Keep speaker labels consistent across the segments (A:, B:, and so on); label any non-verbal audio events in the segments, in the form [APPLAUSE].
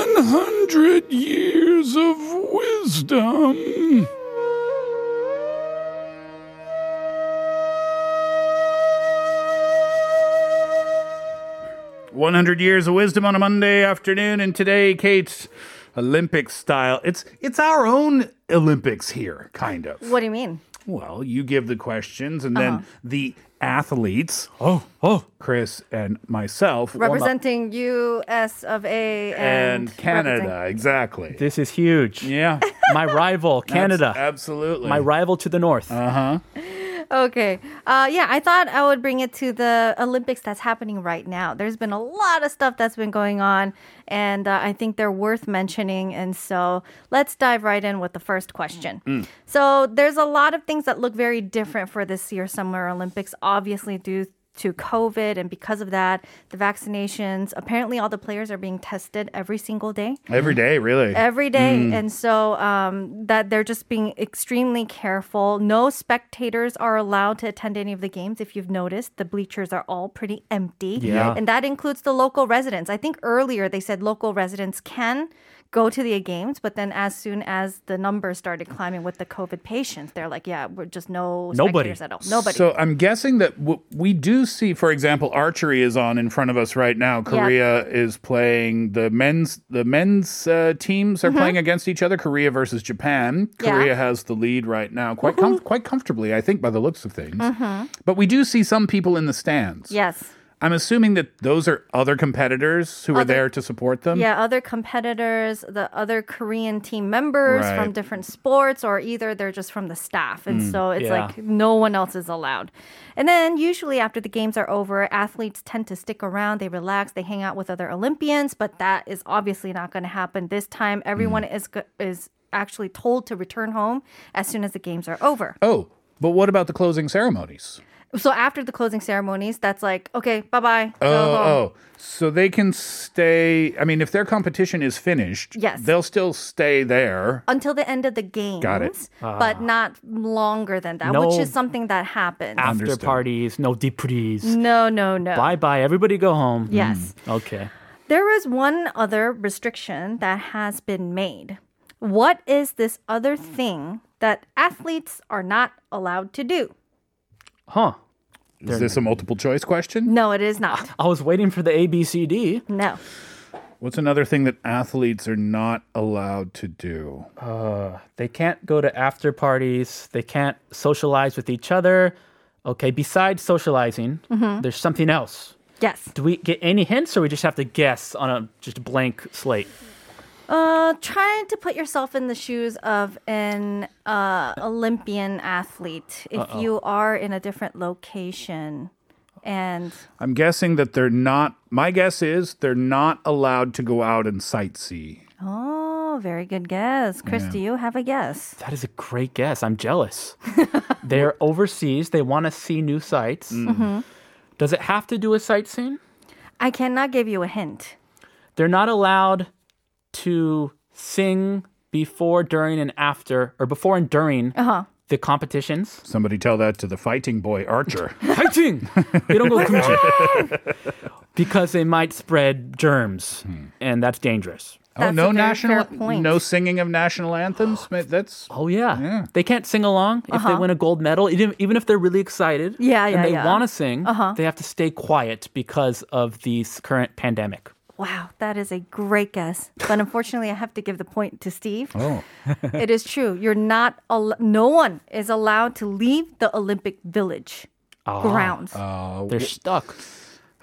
A: hundred years of wisdom. One hundred years of wisdom on a Monday afternoon, and today, Kate's Olympics style. It's it's our own Olympics here, kind of.
B: What do you mean?
A: Well, you give the questions, and then the athletes. Oh, oh, Chris and myself will not-
B: Representing U.S. of A. and,
A: and Canada,
B: representing-
A: exactly.
C: This is huge.
A: Yeah,
C: My rival, Canada.
A: absolutely.
C: My rival to the north.
A: Uh,
B: Okay. Uh, yeah, I thought I would bring it to the Olympics that's happening right now. There's been a lot of stuff that's been going on, and uh, I think they're worth mentioning. And so let's dive right in with the first question. So there's a lot of things that look very different for this year's Summer Olympics, obviously, due to COVID. And because of that, the vaccinations, apparently, all the players are being tested every single day.
A: Every
C: Mm-hmm.
A: day, really.
B: every day
C: Mm.
B: and so um, that they're just being extremely careful no spectators are allowed to attend any of the games if you've noticed the bleachers are all pretty empty
C: Yeah.
B: and that includes the local residents i think earlier they said local residents can go to the games but then as soon as the numbers started climbing with the covid patients they're like yeah we're just no
C: Nobody.
B: spectators at all nobody
A: So I'm guessing that what we do see, for example, archery is on in front of us right now. Korea is playing the men's the men's uh, teams are playing against each other. Korea versus Japan.
B: Mm-hmm. Yeah.
A: Korea has the lead right now, quite com- quite comfortably, I think, by the looks of things.
B: Mm-hmm.
A: But we do see some people in the stands.
B: yes
A: I'm assuming that those are other competitors who are there
B: Other-
A: to support them.
B: Yeah, other competitors, the other Korean team members
A: Right. Mm.
B: from different sports, or either they're just from the staff. And so it's
C: yeah.
B: like no one else is allowed. And then usually after the games are over, athletes tend to stick around, they relax, they hang out with other Olympians, but that is obviously not going to happen this time.
A: Mm.
B: Everyone is go- is actually told to return home as soon as the games are over.
A: Oh, but what about the closing ceremonies?
B: So after the closing ceremonies, that's like, okay, bye-bye. go
A: Oh, oh,
B: home.
A: so they can stay. I mean, if their competition is finished,
B: Yes.
A: they'll still stay there.
B: until the end of the games.
A: Got it.
B: But not longer than that,
C: Ah. No.
B: which is something that happens.
C: After
A: Understood.
C: parties, no deprees.
B: no, no, no.
C: Bye bye. Everybody go home.
B: Yes.
C: Mm, okay.
B: There is one other restriction that has been made. What is this other thing that athletes are not allowed to do?
C: Huh.
A: Is this a multiple choice question?
B: No, it is not.
C: [LAUGHS] I was waiting for the ABCD.
B: No.
A: What's another thing that athletes are not allowed to do?
C: They can't go to after parties. They can't socialize with each other. Okay. Besides socializing, there's something else.
B: Yes.
C: Do we get any hints, or we just have to guess on a just blank slate?
B: Uh, trying to put yourself in the shoes of an uh, Olympian athlete if you are in a different location and
A: I'm guessing that they're not, my guess is they're not allowed to go out and sightsee.
B: Oh, very good guess. Chris, do you have a guess?
C: That is a great guess. I'm jealous. They're overseas. They want to see new sights. Does it have to do with sightseeing?
B: I cannot give you a hint.
C: They're not allowed to sing before, during, and after, or before and during
B: Uh-huh.
C: the competitions.
A: Somebody tell that to the fighting boy Archer.
C: Fighting! they don't go kumchi. because they might spread germs, and that's dangerous.
A: oh,
B: [LAUGHS] That's
A: no
B: a very
A: national,
B: fair point.
A: no singing of national anthems. Ma- That's
C: Oh yeah. They can't sing along if they win a gold medal. Even, even if they're really excited
B: Uh-huh. Yeah, yeah,
C: and they
B: yeah. Uh-huh.
C: want to sing, they have to stay quiet because of the s- current pandemic.
B: Wow, that is a great guess. But unfortunately, I have to give the point to Steve. Oh. it is true. You're not al- no one is allowed to leave the Olympic Village grounds.
C: They're stuck.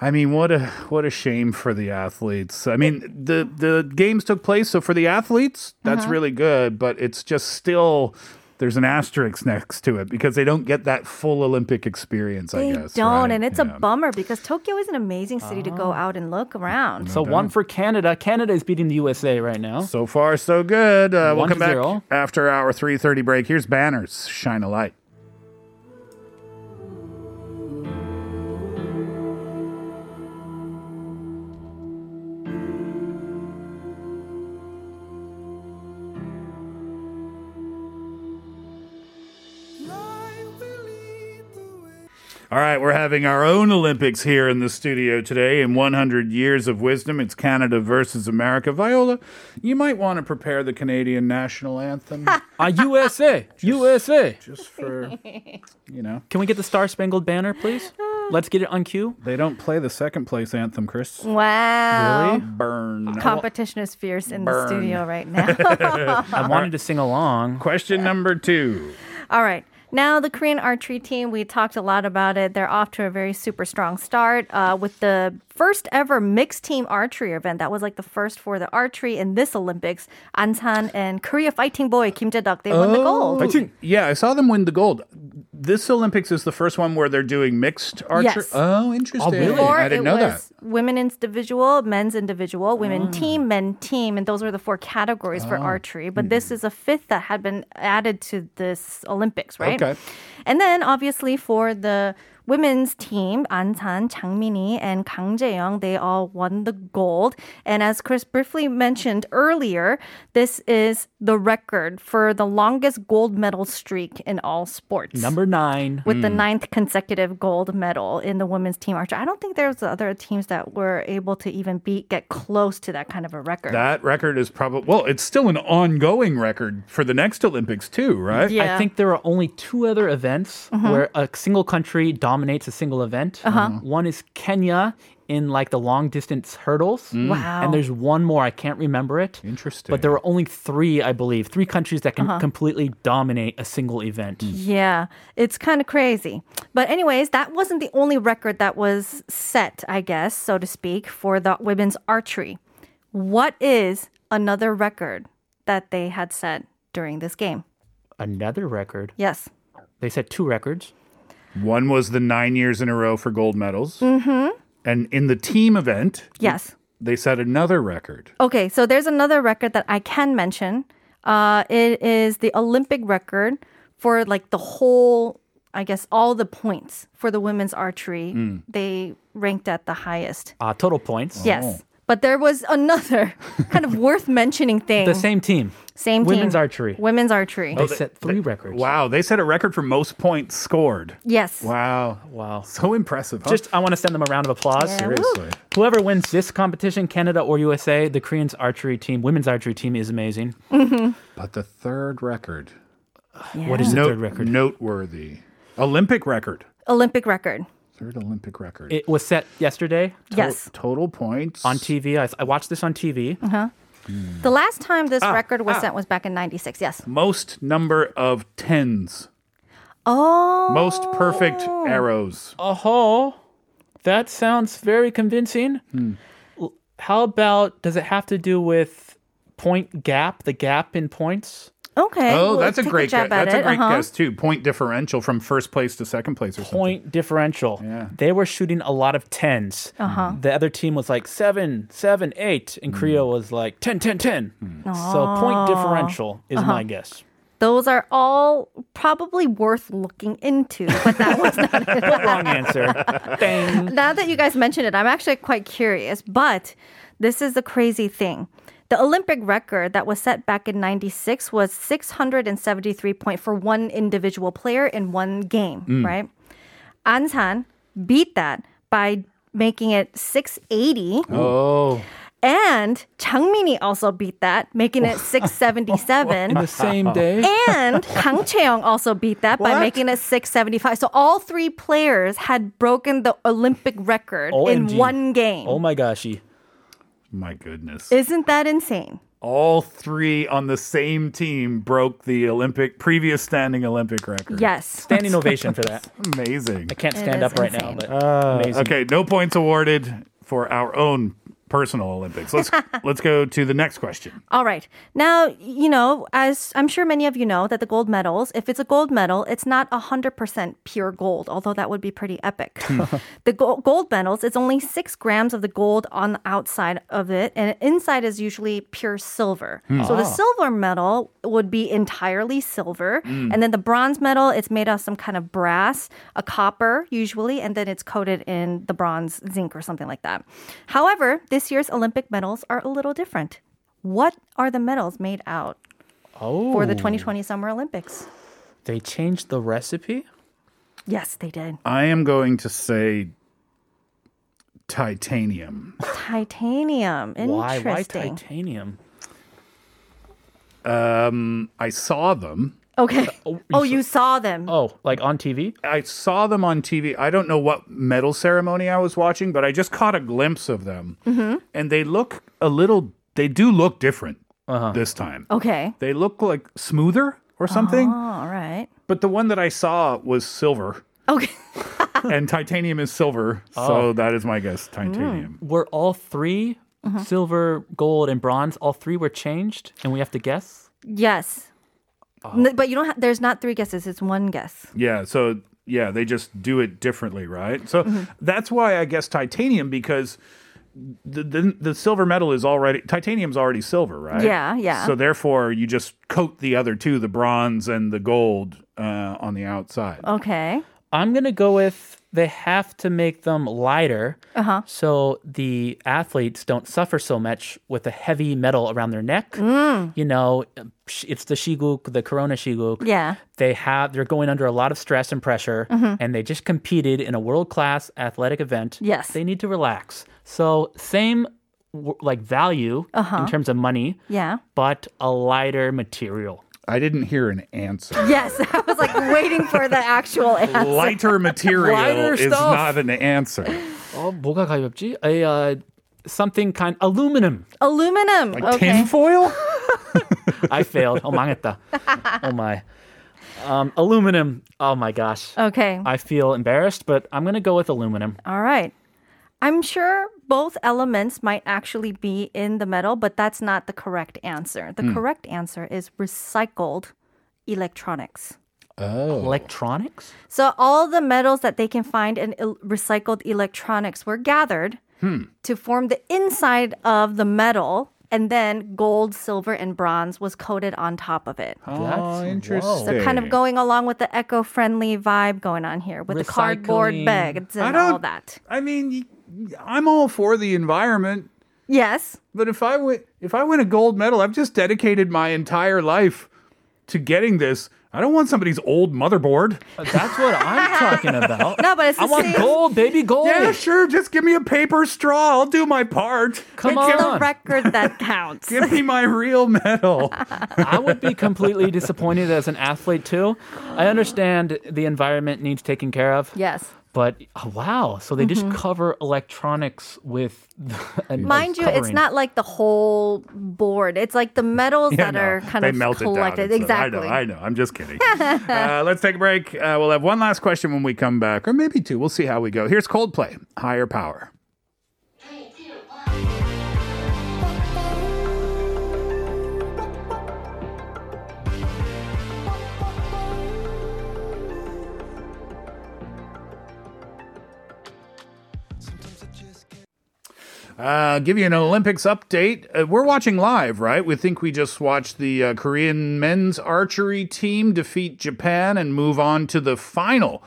A: I mean, what a what a shame for the athletes. I mean, the the games took place, so for the athletes, that's
B: Uh-huh.
A: really good. But it's just still there's an asterisk next to it because they don't get that full Olympic experience.
B: they
A: I guess
B: don't,
A: right?
B: and it's
A: Yeah.
B: a bummer because Tokyo is an amazing city to go out and look around.
C: So one for Canada. Canada is beating the USA right now.
A: So far, so good. Uh, we'll
C: One to
A: come back
C: zero.
A: after our three thirty break. Here's banners. Shine a light. All right, we're having our own Olympics here in the studio today in 100 Years of Wisdom. It's Canada versus America. Viola, you might want to prepare the Canadian national anthem
B: [LAUGHS]
C: Uh, USA, [LAUGHS] USA.
A: just for, you know.
C: Can we get the Star Spangled Banner, please?
B: Uh,
C: Let's get it on cue.
A: They don't play the second place anthem, Chris.
B: Wow.
A: Burn.
B: Competition is fierce in the
A: Burn.
B: studio right now.
C: I wanted to sing along.
A: Question number two.
B: All right. Now, the Korean archery team, we talked a lot about it. They're off to a very super strong start uh, with the first ever mixed team archery event. That was like the first for the archery in this Olympics. Ansan and Korea fighting boy Kim Jae-duk, they won the gold.
A: Ooh, Yeah, I saw them win the gold. This Olympics is the first one where they're doing mixed archery.
B: Yes.
A: Oh, interesting.
C: really?
B: Before,
A: I didn't
B: it
A: know that. Mm.
B: was women individual, men's individual, women team, men team, and those were the four categories for
A: Oh.
B: archery. But this
A: Mm-hmm.
B: is a fifth that had been added to this Olympics, right?
A: Okay.
B: And then obviously for the women's team, Antan, Changmini, and Kang Jae-young, they all won the gold. And as Chris briefly mentioned earlier, this is the record for the longest gold medal streak in all sports
C: Number nine.
B: with the ninth consecutive gold medal in the women's team archery. I don't think there's other teams that were able to even beat, get close to that kind of a record.
A: That record is probably well. It's still an ongoing record for the next Olympics too, right?
B: Yeah. Mm-hmm.
C: I think there are only two other events where a single country dominates a single event.
B: Uh-huh.
C: One is Kenya in like the long distance hurdles.
B: Wow.
C: And there's one more, I can't remember it.
A: Interesting.
C: But there are only three, I believe, three countries that can
B: Uh-huh.
C: completely dominate a single event.
B: Yeah, it's kind of crazy. But, anyways, that wasn't the only record that was set, I guess, so to speak, for the women's archery. What is another record that they had set during this game?
C: Another record.
B: Yes.
C: They set two records.
A: One was the nine years in a row for gold medals, mm-hmm. and in the team event,
B: Yes.
A: they set another record.
B: Okay, so there's another record that I can mention. Uh, it is the Olympic record for like the whole, I guess, all the points for the women's archery.
A: Hmm.
B: They ranked at the highest.
C: Uh, total
A: Oh.
C: points.
B: Yes. But there was another [LAUGHS] kind of worth mentioning thing.
C: The same team.
B: Same team.
C: Women's archery.
B: Women's archery.
C: Oh,
A: Oh.
C: They set three records.
A: Wow, they set a record for most points scored.
B: Yes.
A: Wow,
C: Wow.
A: so impressive. Huh?
C: Just, I want to send them a round of applause.
B: Yeah.
A: seriously,
C: Whoever wins this competition, Canada or USA, the Koreans archery team, women's archery team is amazing.
A: but the third record,
C: What is the
A: Note-
C: third record?
A: noteworthy, Olympic record,
B: Olympic record.
A: third Olympic record.
C: It was set yesterday
B: yes.
A: total points
C: on TV. I, I watched this on TV.
B: The last time this
A: Ah.
B: record was set was back in 96. Yes.
A: most number of tens,
B: Oh.
A: most perfect arrows.
C: Oh, that sounds very convincing. L- How about does it have to do with point gap, the gap in points?
B: Okay.
A: Oh,
B: well,
A: that's a
B: take
A: great guess.
B: jab at
A: That's a
B: it.
A: great
B: Uh-huh.
A: guess too. Point differential from first place to second place or something.
C: Point differential.
A: Yeah.
C: They were shooting a lot of 10s
B: Uh-huh.
C: The other team was like seven, seven, eight, and Korea was like 10, 10, 10. So point differential is my guess.
B: Those are all probably worth looking into, but that was not
C: Wrong [LAUGHS] answer. Bang.
B: now that you guys mentioned it, I'm actually quite curious. But this is the crazy thing. The Olympic record that was set back in 96 was 673 point for one individual player in one game, right? Ansan beat that by making it 680
A: Oh,
B: and Changmini also beat that, making it 677.
C: In the same day.
B: And Kang Cheong also beat that by
A: What?
B: making it 675. So all three players had broken the Olympic record in
C: OMG.
B: one game.
C: Oh my goshy.
A: my goodness!
B: Isn't that insane?
A: All three on the same team broke the Olympic previous standing Olympic record.
B: Yes.
C: Standing ovation for that.
A: amazing.
C: I can't
B: It
C: stand
B: is
C: up right
B: insane.
C: now, but amazing.
A: Okay, no points awarded for our own personal Olympics. Let's let's go to the next question.
B: All right. Now, you know, as I'm sure many of you know, that the gold medals, if it's a gold medal, it's not 100% pure gold, although that would be pretty epic. the go- gold medals, it's only six grams of the gold on the outside of it, and inside is usually pure silver. So the silver medal would be entirely silver. And then the bronze medal, it's made of some kind of brass, a copper usually, and then it's coated in the bronze zinc or something like that. However, this year's Olympic medals are a little different. What are the medals made out
C: Oh,
B: for the 2020 Summer Olympics?
C: they changed the recipe?
B: Yes, they did.
A: I am going to say titanium.
B: Titanium.
C: Why? Why
B: Interesting.
C: titanium?
A: I saw them.
B: okay. Oh, you saw them.
C: Oh, like on TV?
A: I saw them on TV. I don't know what medal ceremony I was watching, but I just caught a glimpse of them. And they look a little, they do look different this time.
B: Okay.
A: They look like smoother or something.
B: All right.
A: But the one that I saw was silver,
B: Okay. [LAUGHS]
A: and titanium is silver.
B: Oh.
A: So that is my guess
B: Hmm.
A: titanium.
C: Were all 3 silver, gold, and bronze? All three were changed, and we have to guess.
B: yes. N- But you don't. have there's not three guesses. It's one guess.
A: Yeah. So, yeah, they just do it differently, right? So
B: Mm-hmm.
A: that's why I guess titanium because. The, the the silver metal is already titanium's already silver, right?
B: Yeah, yeah.
A: So therefore, you just coat the other two, the bronze and the gold, uh, on the outside.
B: Okay.
C: I'm gonna go with they have to make them lighter, uh-huh. so the athletes don't suffer so much with the heavy metal around their neck. You know, it's the shiguk, the corona shiguk.
B: Yeah.
C: they have they're going under a lot of stress and pressure
B: Mm-hmm.
C: and they just competed in a world-class athletic event
B: Yes.
C: they need to relax so same w- like value
B: Uh-huh.
C: in terms of money
B: Yeah.
C: but a lighter material
A: I didn't hear an
B: [LAUGHS]
A: answer.
B: Yes. I was like waiting for the actual answer. [LAUGHS]
A: Lighter material
C: Lighter
A: is
C: stuff.
A: not an answer.
C: oh 뭐가 가볍지? a uh, something kind aluminum
B: Aluminum.
A: Like
B: okay.
A: tinfoil?
C: i failed oh 망했다 oh my um, aluminum oh my gosh
B: Okay.
C: i feel embarrassed but i'm going to go with aluminum
B: All right. I'm sure both elements might actually be in the metal, but that's not the correct
A: Hmm.
B: answer. The correct answer is recycled electronics.
A: Oh.
C: electronics
B: So all the metals that they can find in el- recycled electronics were gathered
A: Hmm.
B: to form the inside of the metal, and then gold, silver, and bronze was coated on top of it.
A: Oh, interesting.
B: So kind of going along with the eco-friendly vibe going on here with the cardboard
C: Recycling.
B: bags
A: I
B: and
A: don't-
B: all that.
A: I mean, y- I'm all for the environment,
B: Yes.
A: but if I win, if I win a gold medal, I've just dedicated my entire life to getting this. I don't want somebody's old motherboard.
C: that's what i'm talking about
B: No, but it's
C: i
B: the
C: want
B: same.
C: gold baby gold
A: Yeah, sure. Just give me a paper straw. I'll do my part.
C: Come
B: it's the
C: on.
B: record that counts.
A: [LAUGHS] Give me my real
B: [LAUGHS]
A: medal.
C: I would be completely disappointed as an athlete too. I understand the environment needs taken care of.
B: yes.
C: But oh, wow, so they just cover electronics with [LAUGHS]
B: Mm-hmm.
C: and
B: Mind you, it's not like the whole board. It's like the metals
A: Yeah,
B: that
A: no,
B: are kind
A: they
B: of
A: melt
B: collected.
A: It down. and stuff.
B: exactly.
A: I know. I know. I'm just
B: [LAUGHS]
A: kidding. uh, let's take a break. Uh, we'll have one last question when we come back, or maybe two. We'll see how we go. Here's Coldplay. Higher power. Uh, give you an Olympics update. Uh, we're watching live, right? We think we just watched the uh, Korean men's archery team defeat Japan and move on to the final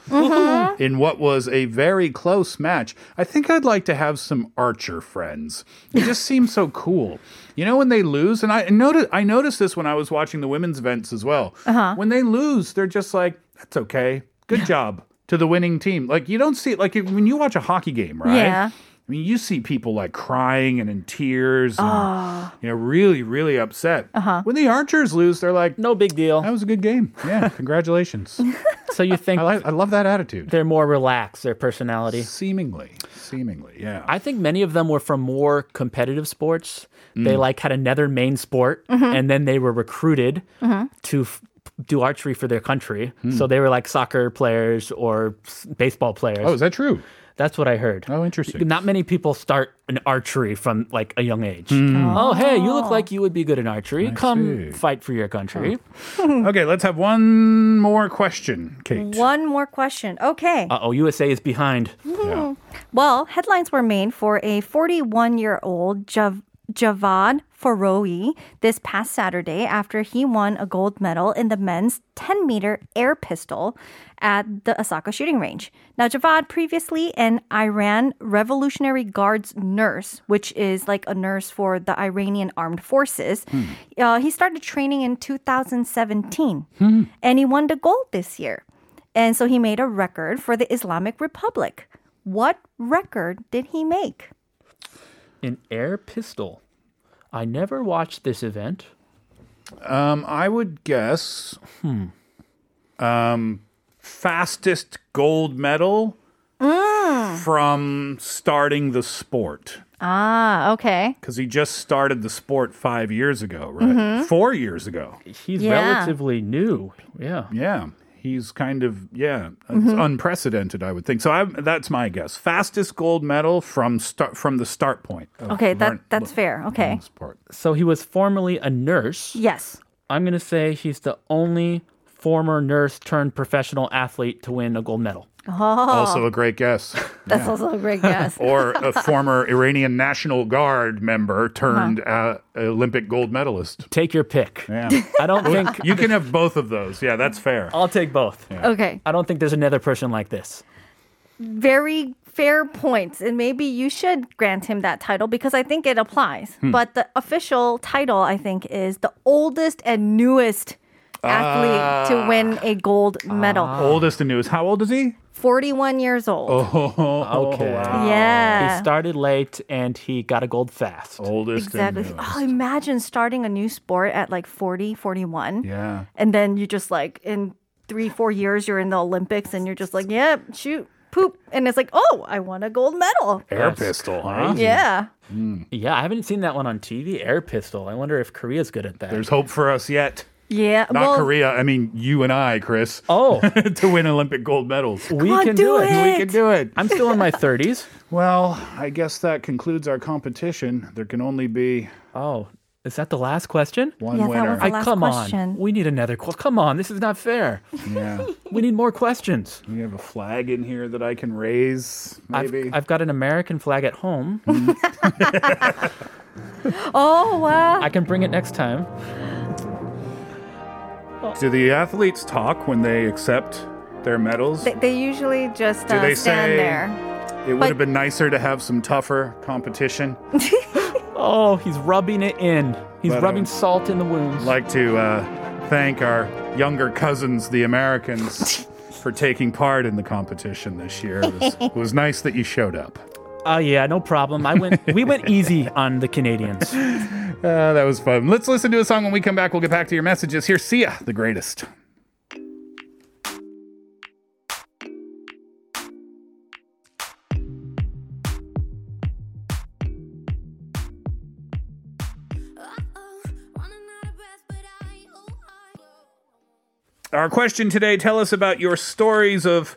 A: in what was a very close match. I think I'd like to have some archer friends. It just seems so cool. You know when they lose, and I noticed I noticed this when I was watching the women's events as well. Uh-huh. When they lose, they're just like, "That's okay, good job." To the winning team, like you don't see it, like when you watch a hockey game, right?
B: Yeah.
A: I mean, you see people like crying and in tears, and, you know, really, really upset. Uh-huh. When the Archers lose, they're like,
C: no big
A: "That
C: deal.
A: was a good game. Yeah, [LAUGHS] congratulations."
B: [LAUGHS]
C: So you think
A: I, like, I love that attitude.
C: they're more relaxed, their personality?
A: Seemingly, seemingly, yeah.
C: I think many of them were from more competitive sports.
A: Mm.
C: They like had another main sport,
B: Mm-hmm.
C: and then they were recruited to f- do archery for their country.
A: Hmm.
C: So they were like soccer players or s- baseball players.
A: oh, is that true?
C: That's what I heard.
A: Oh, interesting.
C: Not many people start an archery from like a young age. Oh, hey, you look like you would be good in archery. Come
A: see.
C: fight for your country.
A: Okay, let's have one more question, Kate.
B: One more question. Okay.
C: Uh oh, USA is behind.
A: Yeah.
B: Well, headlines were made for a 41 year old Jav- Javad Faroi this past Saturday after he won a gold medal in the men's 10 meter air pistol at the Osaka shooting range. Now, Javad, previously an Iran Revolutionary Guards nurse, which is like a nurse for the Iranian Armed Forces, uh, he started training in 2017 and he won the gold this year. And so he made a record for the Islamic Republic. What record did he make?
C: An air pistol. I never watched this event.
A: Um, I would guess hmm, um, fastest gold medal from starting the sport.
B: Ah, okay.
A: Because he just started the sport five years ago, right?
B: Mm-hmm.
A: Four years ago.
C: He's
B: Yeah.
C: relatively new. Yeah.
A: Yeah. He's kind of, yeah,
B: Mm-hmm.
A: it's unprecedented, I would think. So I'm, that's my guess. Fastest gold medal from start, from the start point. of
B: Okay, that,
A: learn-
B: that's fair. Okay.
A: Sport.
C: So he was formerly a nurse.
B: Yes.
C: I'm going to say he's the only former nurse turned professional athlete to win a gold medal.
B: Oh.
A: Also a great guess.
B: That's also a great
A: [LAUGHS]
B: guess.
A: or
B: [LAUGHS]
A: a former Iranian National Guard member turned
B: Uh-huh.
A: uh, Olympic gold medalist.
C: Take your pick.
B: [LAUGHS]
A: Yeah.
C: I don't think
A: you can have both of those. Yeah, that's fair.
B: Uh-huh.
C: I'll take both.
B: Okay.
C: I don't think there's another person like this.
B: very fair points, and maybe you should grant him that title because I think it applies.
A: Hmm.
B: But the official title, I think, is the oldest and newest athlete
A: Ah.
B: to win a gold medal.
A: Oldest and newest. How old is [LAUGHS] he?
B: 41 years old.
A: Oh.
C: Okay.
B: yeah.
C: He started late and he got a gold fast.
A: Oldest
B: exactly.
A: and newest.
B: Oh, imagine starting a new sport at like 40, 41.
A: Yeah.
B: And then you just like, in three, four years, you're in the Olympics and you're just like, yep, shoot, poop. And it's like, oh, I won a gold medal.
A: Air
C: That's
A: pistol, huh?
B: Yeah.
C: Yeah, I haven't seen that one on TV. Air pistol. I wonder if Korea's good at that.
A: There's hope for us yet.
B: Yeah.
A: Not
B: well,
A: Korea. I mean, you and I, Chris,
C: oh,
A: [LAUGHS] to win Olympic gold medals.
C: we
B: on,
C: can
B: do
C: do
B: it.
C: it.
A: We can do it.
C: I'm still in my 30s.
A: Well, I guess that concludes our competition. There can only be
C: Oh, is that the last question?
A: one
B: Yeah, that
A: winner.
B: was The a-
C: I
B: last
C: come
B: question.
C: on. We need another question. Come on, this is not fair.
A: yeah.
C: [LAUGHS] we need more questions.
A: We have a flag in here that I can raise,
C: I've,
A: maybe.
C: I've got an American flag at home.
B: Oh, wow.
C: I can bring it next time.
A: Do the athletes talk when they accept their medals?
B: They, they usually just uh,
A: they
B: stand
A: say-
B: there.
A: it would have been nicer to have some tougher competition.
C: Oh, he's rubbing it in. He's
A: But, um,
C: rubbing salt in the wounds.
A: like to uh, thank our younger cousins, the Americans, for taking part in the competition this year. It was, it was nice that you showed up.
C: Oh yeah, no problem. I went. We went easy on the Canadians.
A: Uh, that was fun. Let's listen to a song when we come back. We'll get back to your messages. Here's Sia, the greatest. Our question today tell us about your stories of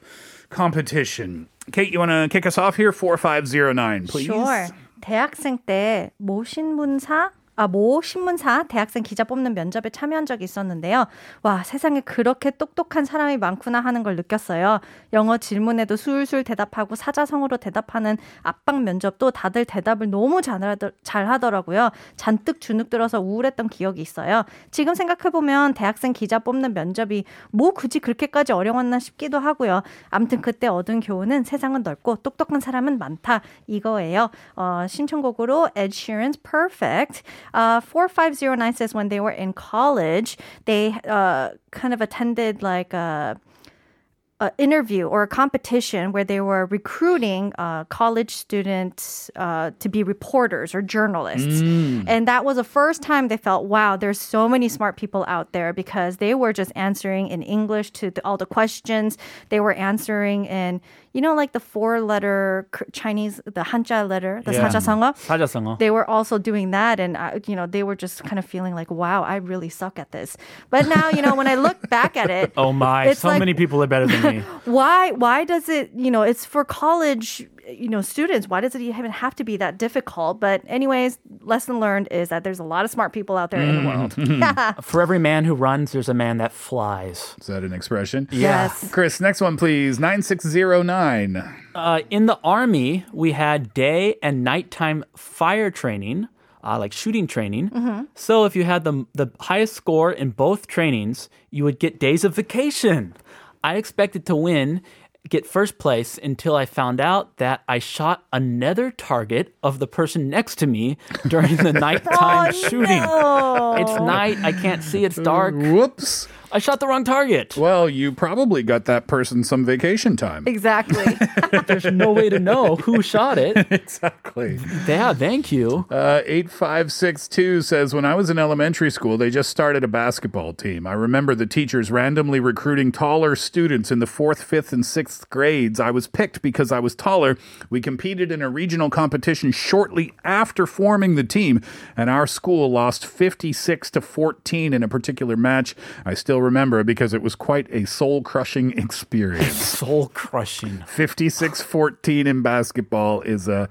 A: competition. Kate, you want to kick us off here? 4509, please.
B: Sure. 대학생 때 모신문사 아, 모 신문사 대학생 기자 뽑는 면접에 참여한 적이 있었는데요. 와, 세상에 그렇게 똑똑한 사람이 많구나 하는 걸 느꼈어요. 영어 질문에도 술술 대답하고 사자성어로 대답하는 압박 면접도 다들 대답을 너무 잘하더, 잘하더라고요. 잔뜩 주눅 들어서 우울했던 기억이 있어요. 지금 생각해보면 대학생 기자 뽑는 면접이 뭐 굳이 그렇게까지 어려웠나 싶기도 하고요. 암튼 그때 얻은 교훈은 세상은 넓고 똑똑한 사람은 많다 이거예요. 어, 신청곡으로 Ed Sheeran's Perfect. Uh, 4509 says when they were in college, they uh, kind of attended like a a interview or a competition where they were recruiting uh, college students uh, to be reporters or journalists.
C: Mm.
B: And that was the first time they felt, wow, there's so many smart people out there because they were just answering in English to the, all the questions. They were answering in, you know, like the four letter Chinese, the Hanja letter, the
C: Yeah.
B: 사자성어 [LAUGHS]
C: 사자성어.
B: they were also doing that and uh, you know they were just kind of feeling like wow i really suck at this but now you know when i look back at it
C: [LAUGHS] Oh my!
B: It's
C: so
B: like-
C: many people are better than me.
B: why why does it you know it's for college you know students why does it even have to be that difficult but anyways lesson learned is that there's a lot of smart people out there in the world
C: [LAUGHS] For every man who runs, there's a man that flies.
A: Is that an expression?
B: yes
A: [LAUGHS] Chris, next one, please. 9609.
C: Uh, in the army, we had day and nighttime fire training, uh, like shooting training. So if you had the the highest score in both trainings, you would get days of vacation. I expected to win, get first place, until I found out that I shot another target of the person next to me [LAUGHS] during the nighttime shooting.
B: Oh,
C: It's night. I can't see. It's dark.
A: Whoops.
C: I shot the wrong target.
A: Well, you probably got that person some vacation
B: [LAUGHS]
A: time.
B: Exactly.
C: There's [LAUGHS] no way to know who shot
A: [LAUGHS]
C: it.
A: Exactly.
C: Yeah, thank you.
A: Uh, 8562 says When I was in elementary school, they just started a basketball team. I remember the teachers randomly recruiting taller students in the fourth, fifth, and sixth grades. I was picked because I was taller. We competed in a regional competition shortly after forming the team, and our school lost 56 to 14 in a particular match. I still remember it because it was quite a soul crushing [LAUGHS] experience.
C: [LAUGHS] Soul crushing.
A: 56 14 in basketball is a.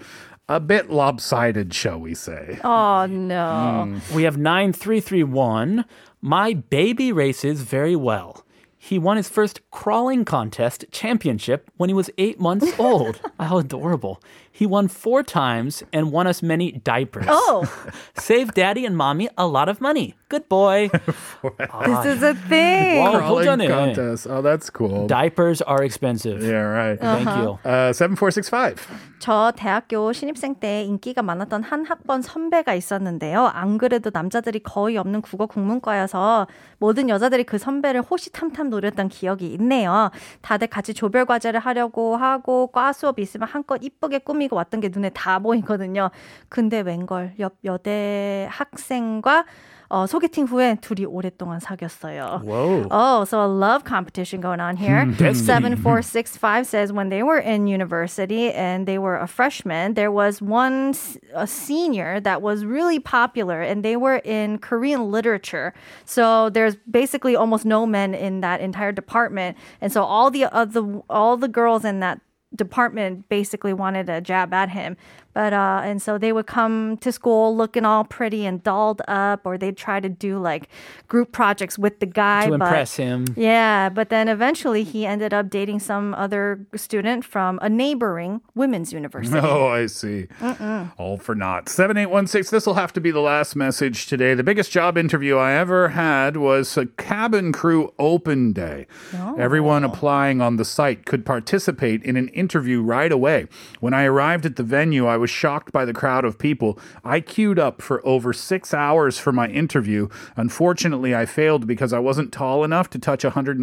A: A bit lopsided, shall we say.
B: oh no.
C: We have 9331. My baby races very well. He won his first crawling contest championship when he was eight months
A: [LAUGHS]
C: old. How adorable. He won four times and won us many diapers.
B: Oh,
C: [LAUGHS] Save daddy and mommy a lot of money.
A: [LAUGHS]
C: Good boy.
B: this is a thing.
C: Wow.
A: Crawling
C: 호전에.
A: contest. Oh, that's cool.
C: diapers are expensive.
A: yeah, right.
C: Thank
B: Uh-huh.
C: you.
A: Uh, 7465.
B: 저 대학교 신입생 때 인기가 많았던 한 학번 선배가 있었는데요. 안 그래도 남자들이 거의 없는 국어 국문과여서 모든 여자들이 그 선배를 호시탐탐 노렸던 기억이 있네요. 다들 같이 조별 과제를 하려고 하고 과 수업 있으면 한껏 이쁘게 꾸미고 왔던 게 눈에 다 보이거든요. 근데 웬걸 옆 여대 학생과 어, 소개팅 후에 둘이 오랫동안 사귀었어요.
C: Whoa.
B: Oh, so a love competition going on here.
C: Mm-hmm.
B: 7465 says when they were in university and they were a freshman, there was one s- a senior that was really popular and they were in Korean literature. So there's basically almost no men in that entire department. And so all the other all the girls in that department basically wanted a jab at him. But uh, and so they would come to school looking all pretty and dolled up, or they'd try to do like group projects with the guy
C: To
B: but-
C: impress him.
B: Yeah, but then eventually he ended up dating some other student from a neighboring women's
A: [LAUGHS]
B: university.
A: Oh, I see. All for naught. 7816. This will have to be the last message today. The biggest job interview I ever had was a cabin crew open day. Everyone applying on the site could participate in an interview right away. When I arrived at the venue, I was shocked by the crowd of people. I queued up for over six hours for my interview. Unfortunately, I failed because I wasn't tall enough to touch 190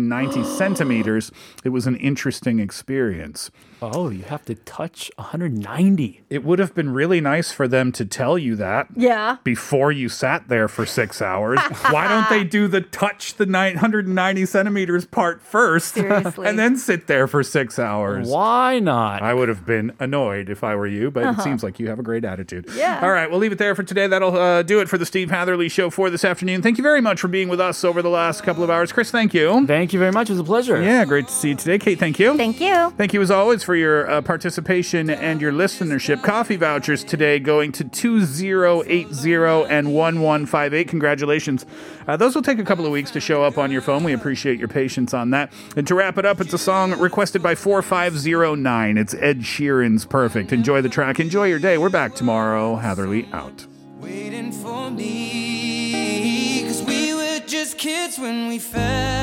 A: centimeters. It was an interesting experience.
C: Oh, you have to touch 190.
A: It would have been really nice for them to tell you that
B: Yeah.
A: before you sat there for six hours. Why don't they do the touch the 990 centimeters part first
B: Seriously.
A: and then sit there for six hours?
C: Why not?
A: I would have been annoyed if I were you, but it seems like you have a great attitude.
B: Yeah.
A: All right, we'll leave it there for today. That'll uh, do it for the Steve Hatherley Show for this afternoon. Thank you very much for being with us over the last couple of hours. Chris, thank you.
C: Thank you very much. It was a pleasure.
A: Yeah, great to see you today. Kate, thank you.
B: Thank you.
A: Thank you as always for your uh, participation and your listenership. Coffee vouchers today going to 2080 and 1158. Congratulations. Uh, those will take a couple of weeks to show up on your phone. We appreciate your patience on that. And to wrap it up, it's a song requested by 4509. It's Ed Sheeran's Perfect. Enjoy the track. Enjoy your day. We're back tomorrow. Hatherley out.
D: waiting for me. Cause we were just kids when we fell.